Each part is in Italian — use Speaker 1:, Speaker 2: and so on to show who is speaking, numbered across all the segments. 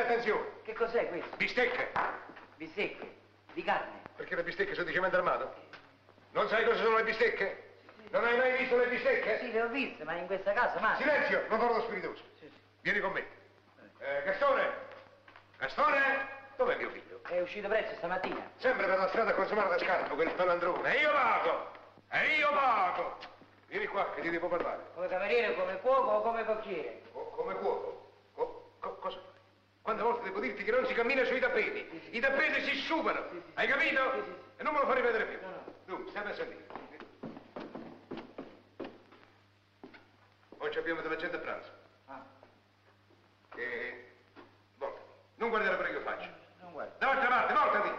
Speaker 1: attenzione.
Speaker 2: Che cos'è questo?
Speaker 1: Bistecche.
Speaker 2: Bistecche? Di carne?
Speaker 1: Perché le bistecche sono di cemento armato? Non sai cosa sono le bistecche? Non hai mai visto le bistecche?
Speaker 2: Sì, le ho viste, ma in questa casa mai.
Speaker 1: Silenzio, non farò lo spiritoso.
Speaker 2: Sì, sì.
Speaker 1: Vieni con me. Eh, Gastone! Gastone! Dov'è mio figlio?
Speaker 2: È uscito presto stamattina.
Speaker 1: Sempre per la strada a consumare la scarpa, quel palandrone. E io pago! E io pago! Vieni qua che ti devo parlare.
Speaker 2: Come cameriere, come cuoco o come cocchiere?
Speaker 1: Co- come cuoco? Co- co- cosa? Quante volte devo dirti che non si cammina sui tappeti? I tappeti si superano,
Speaker 2: Sì, sì.
Speaker 1: hai capito?
Speaker 2: Sì, sì, sì.
Speaker 1: E non me lo fai ripetere più.
Speaker 2: No, no.
Speaker 1: Tu, stai a sentire. Oggi abbiamo della gente a pranzo.
Speaker 2: Ah,
Speaker 1: E... Voltati. Non guardare quello che io faccio.
Speaker 2: non guarda.
Speaker 1: Dall'altra parte, voltati!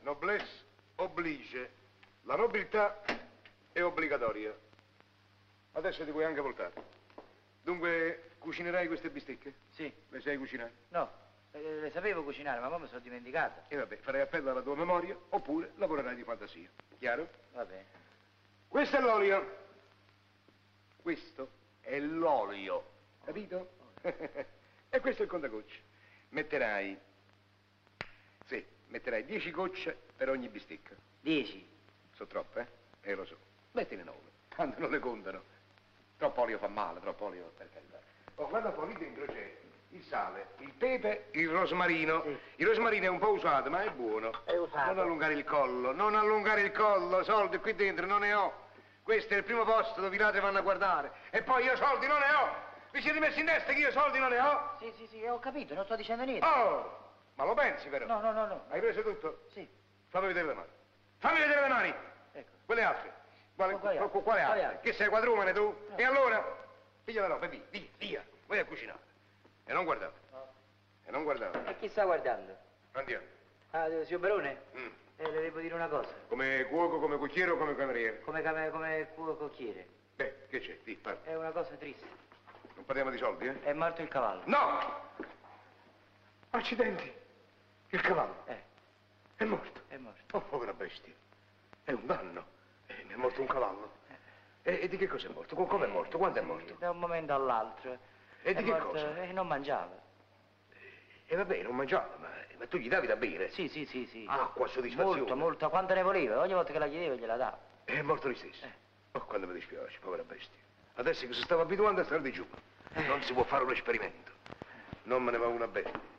Speaker 1: Noblesse oblige. La nobiltà è obbligatoria. Adesso ti puoi anche voltare. Dunque, cucinerai queste bistecche?
Speaker 2: Sì.
Speaker 1: Le sai cucinare?
Speaker 2: No, eh, le, le sapevo cucinare, ma poi mi sono dimenticata.
Speaker 1: E vabbè, farai appello alla tua memoria oppure lavorerai di fantasia. Chiaro?
Speaker 2: Va bene.
Speaker 1: Questo è l'olio. Questo è l'olio. Capito? e questo è il contagocce. Metterai... Sì, metterai 10 gocce per ogni bistecca.
Speaker 2: Dieci.
Speaker 1: Sono troppe, eh? Eh, lo so. Mettine 9. Quando non le contano. Troppo olio fa male, troppo olio per carità. Oh, guarda un po' lì dentro c'è il sale, il pepe, il rosmarino.
Speaker 2: Sì.
Speaker 1: Il rosmarino è un po' usato, ma è buono.
Speaker 2: È usato.
Speaker 1: Non allungare il collo, non allungare il collo, soldi qui dentro non ne ho. Questo è il primo posto dove i ladri vanno a guardare. E poi io soldi non ne ho. Vi siete messi in testa che io soldi non ne ho?
Speaker 2: Sì, sì, sì, ho capito, non sto dicendo niente.
Speaker 1: Oh! Ma lo pensi però?
Speaker 2: No, no, no, no.
Speaker 1: Hai preso tutto?
Speaker 2: Sì,
Speaker 1: Fammi vedere le mani. Fammi vedere le mani!
Speaker 2: ecco.
Speaker 1: Quelle altre? Quale,
Speaker 2: Ma quali
Speaker 1: qu- qu-
Speaker 2: altre?
Speaker 1: quale
Speaker 2: Quali
Speaker 1: altre?
Speaker 2: altre? Eh.
Speaker 1: Che sei quadrumene tu?
Speaker 2: No.
Speaker 1: E allora? Piglia la roba, e via, via, via. Vai a cucinare. E non guardate.
Speaker 2: No.
Speaker 1: E non guardate.
Speaker 2: E chi sta guardando?
Speaker 1: Andiamo.
Speaker 2: Ah, eh, signor Barone?
Speaker 1: Mm.
Speaker 2: Eh, le devo dire una cosa.
Speaker 1: Come cuoco, come cucchiere o come cameriere?
Speaker 2: Come, cam- come cu- cocchiere.
Speaker 1: Beh, che c'è? Dì, parla.
Speaker 2: È una cosa triste.
Speaker 1: Non parliamo di soldi, eh?
Speaker 2: È morto il cavallo.
Speaker 1: No! Accidenti! Il cavallo
Speaker 2: Eh,
Speaker 1: è morto.
Speaker 2: è morto.
Speaker 1: Oh, povera bestia. È un danno. Eh, mi è morto un cavallo.
Speaker 2: Eh.
Speaker 1: E, e di che cosa è morto? Co- Come è morto? Quando è
Speaker 2: Sì,
Speaker 1: morto?
Speaker 2: Da un momento all'altro.
Speaker 1: E di
Speaker 2: È
Speaker 1: che
Speaker 2: morto-
Speaker 1: cosa?
Speaker 2: eh, non mangiava.
Speaker 1: E va bene, non mangiava, ma, ma tu gli davi da bere?
Speaker 2: Sì, sì, sì, sì.
Speaker 1: Acqua, soddisfazione.
Speaker 2: Molto, molto. Quanto ne voleva? Ogni volta che la chiedevo gliela davo.
Speaker 1: È morto lui stesso.
Speaker 2: Eh.
Speaker 1: Oh, quando mi dispiace, povera bestia. Adesso che si stava abituando a stare di giù.
Speaker 2: Eh.
Speaker 1: Non si può fare un esperimento. Non me ne va una bene.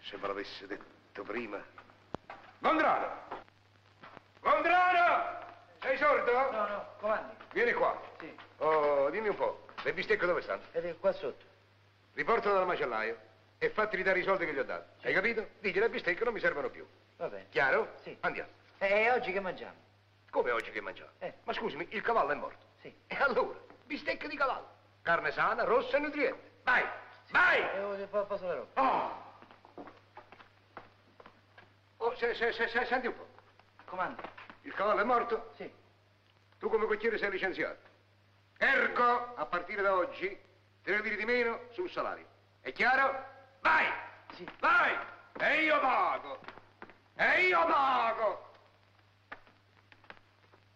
Speaker 1: Se me l'avesse detto prima. Gondrano! Gondrano! Sei sordo?
Speaker 2: No, no, comandi.
Speaker 1: Vieni qua.
Speaker 2: Sì.
Speaker 1: Oh, dimmi un po', le bistecche dove stanno?
Speaker 2: Ed è qua sotto.
Speaker 1: Riportalo dal macellaio e fatti ridare i soldi che gli ho dato. Hai capito? Digli le bistecche non mi servono più.
Speaker 2: Va bene.
Speaker 1: Chiaro?
Speaker 2: Sì.
Speaker 1: Andiamo.
Speaker 2: E oggi che mangiamo?
Speaker 1: Come oggi che mangiamo?
Speaker 2: Eh.
Speaker 1: Ma scusami, il cavallo è morto.
Speaker 2: Sì.
Speaker 1: E allora? Bistecche di cavallo. Carne sana, rossa e nutriente. Vai! Vai!
Speaker 2: E ora se po- posso la roba.
Speaker 1: Oh! Oh, se- se- se- se- senti un po'.
Speaker 2: Comandi.
Speaker 1: Il cavallo è morto,
Speaker 2: Sì.
Speaker 1: tu come cocchiere sei licenziato. Ergo, a partire da oggi, te ne dire di meno sul salario. È chiaro? Vai!
Speaker 2: Sì.
Speaker 1: Vai! E io pago! E io pago!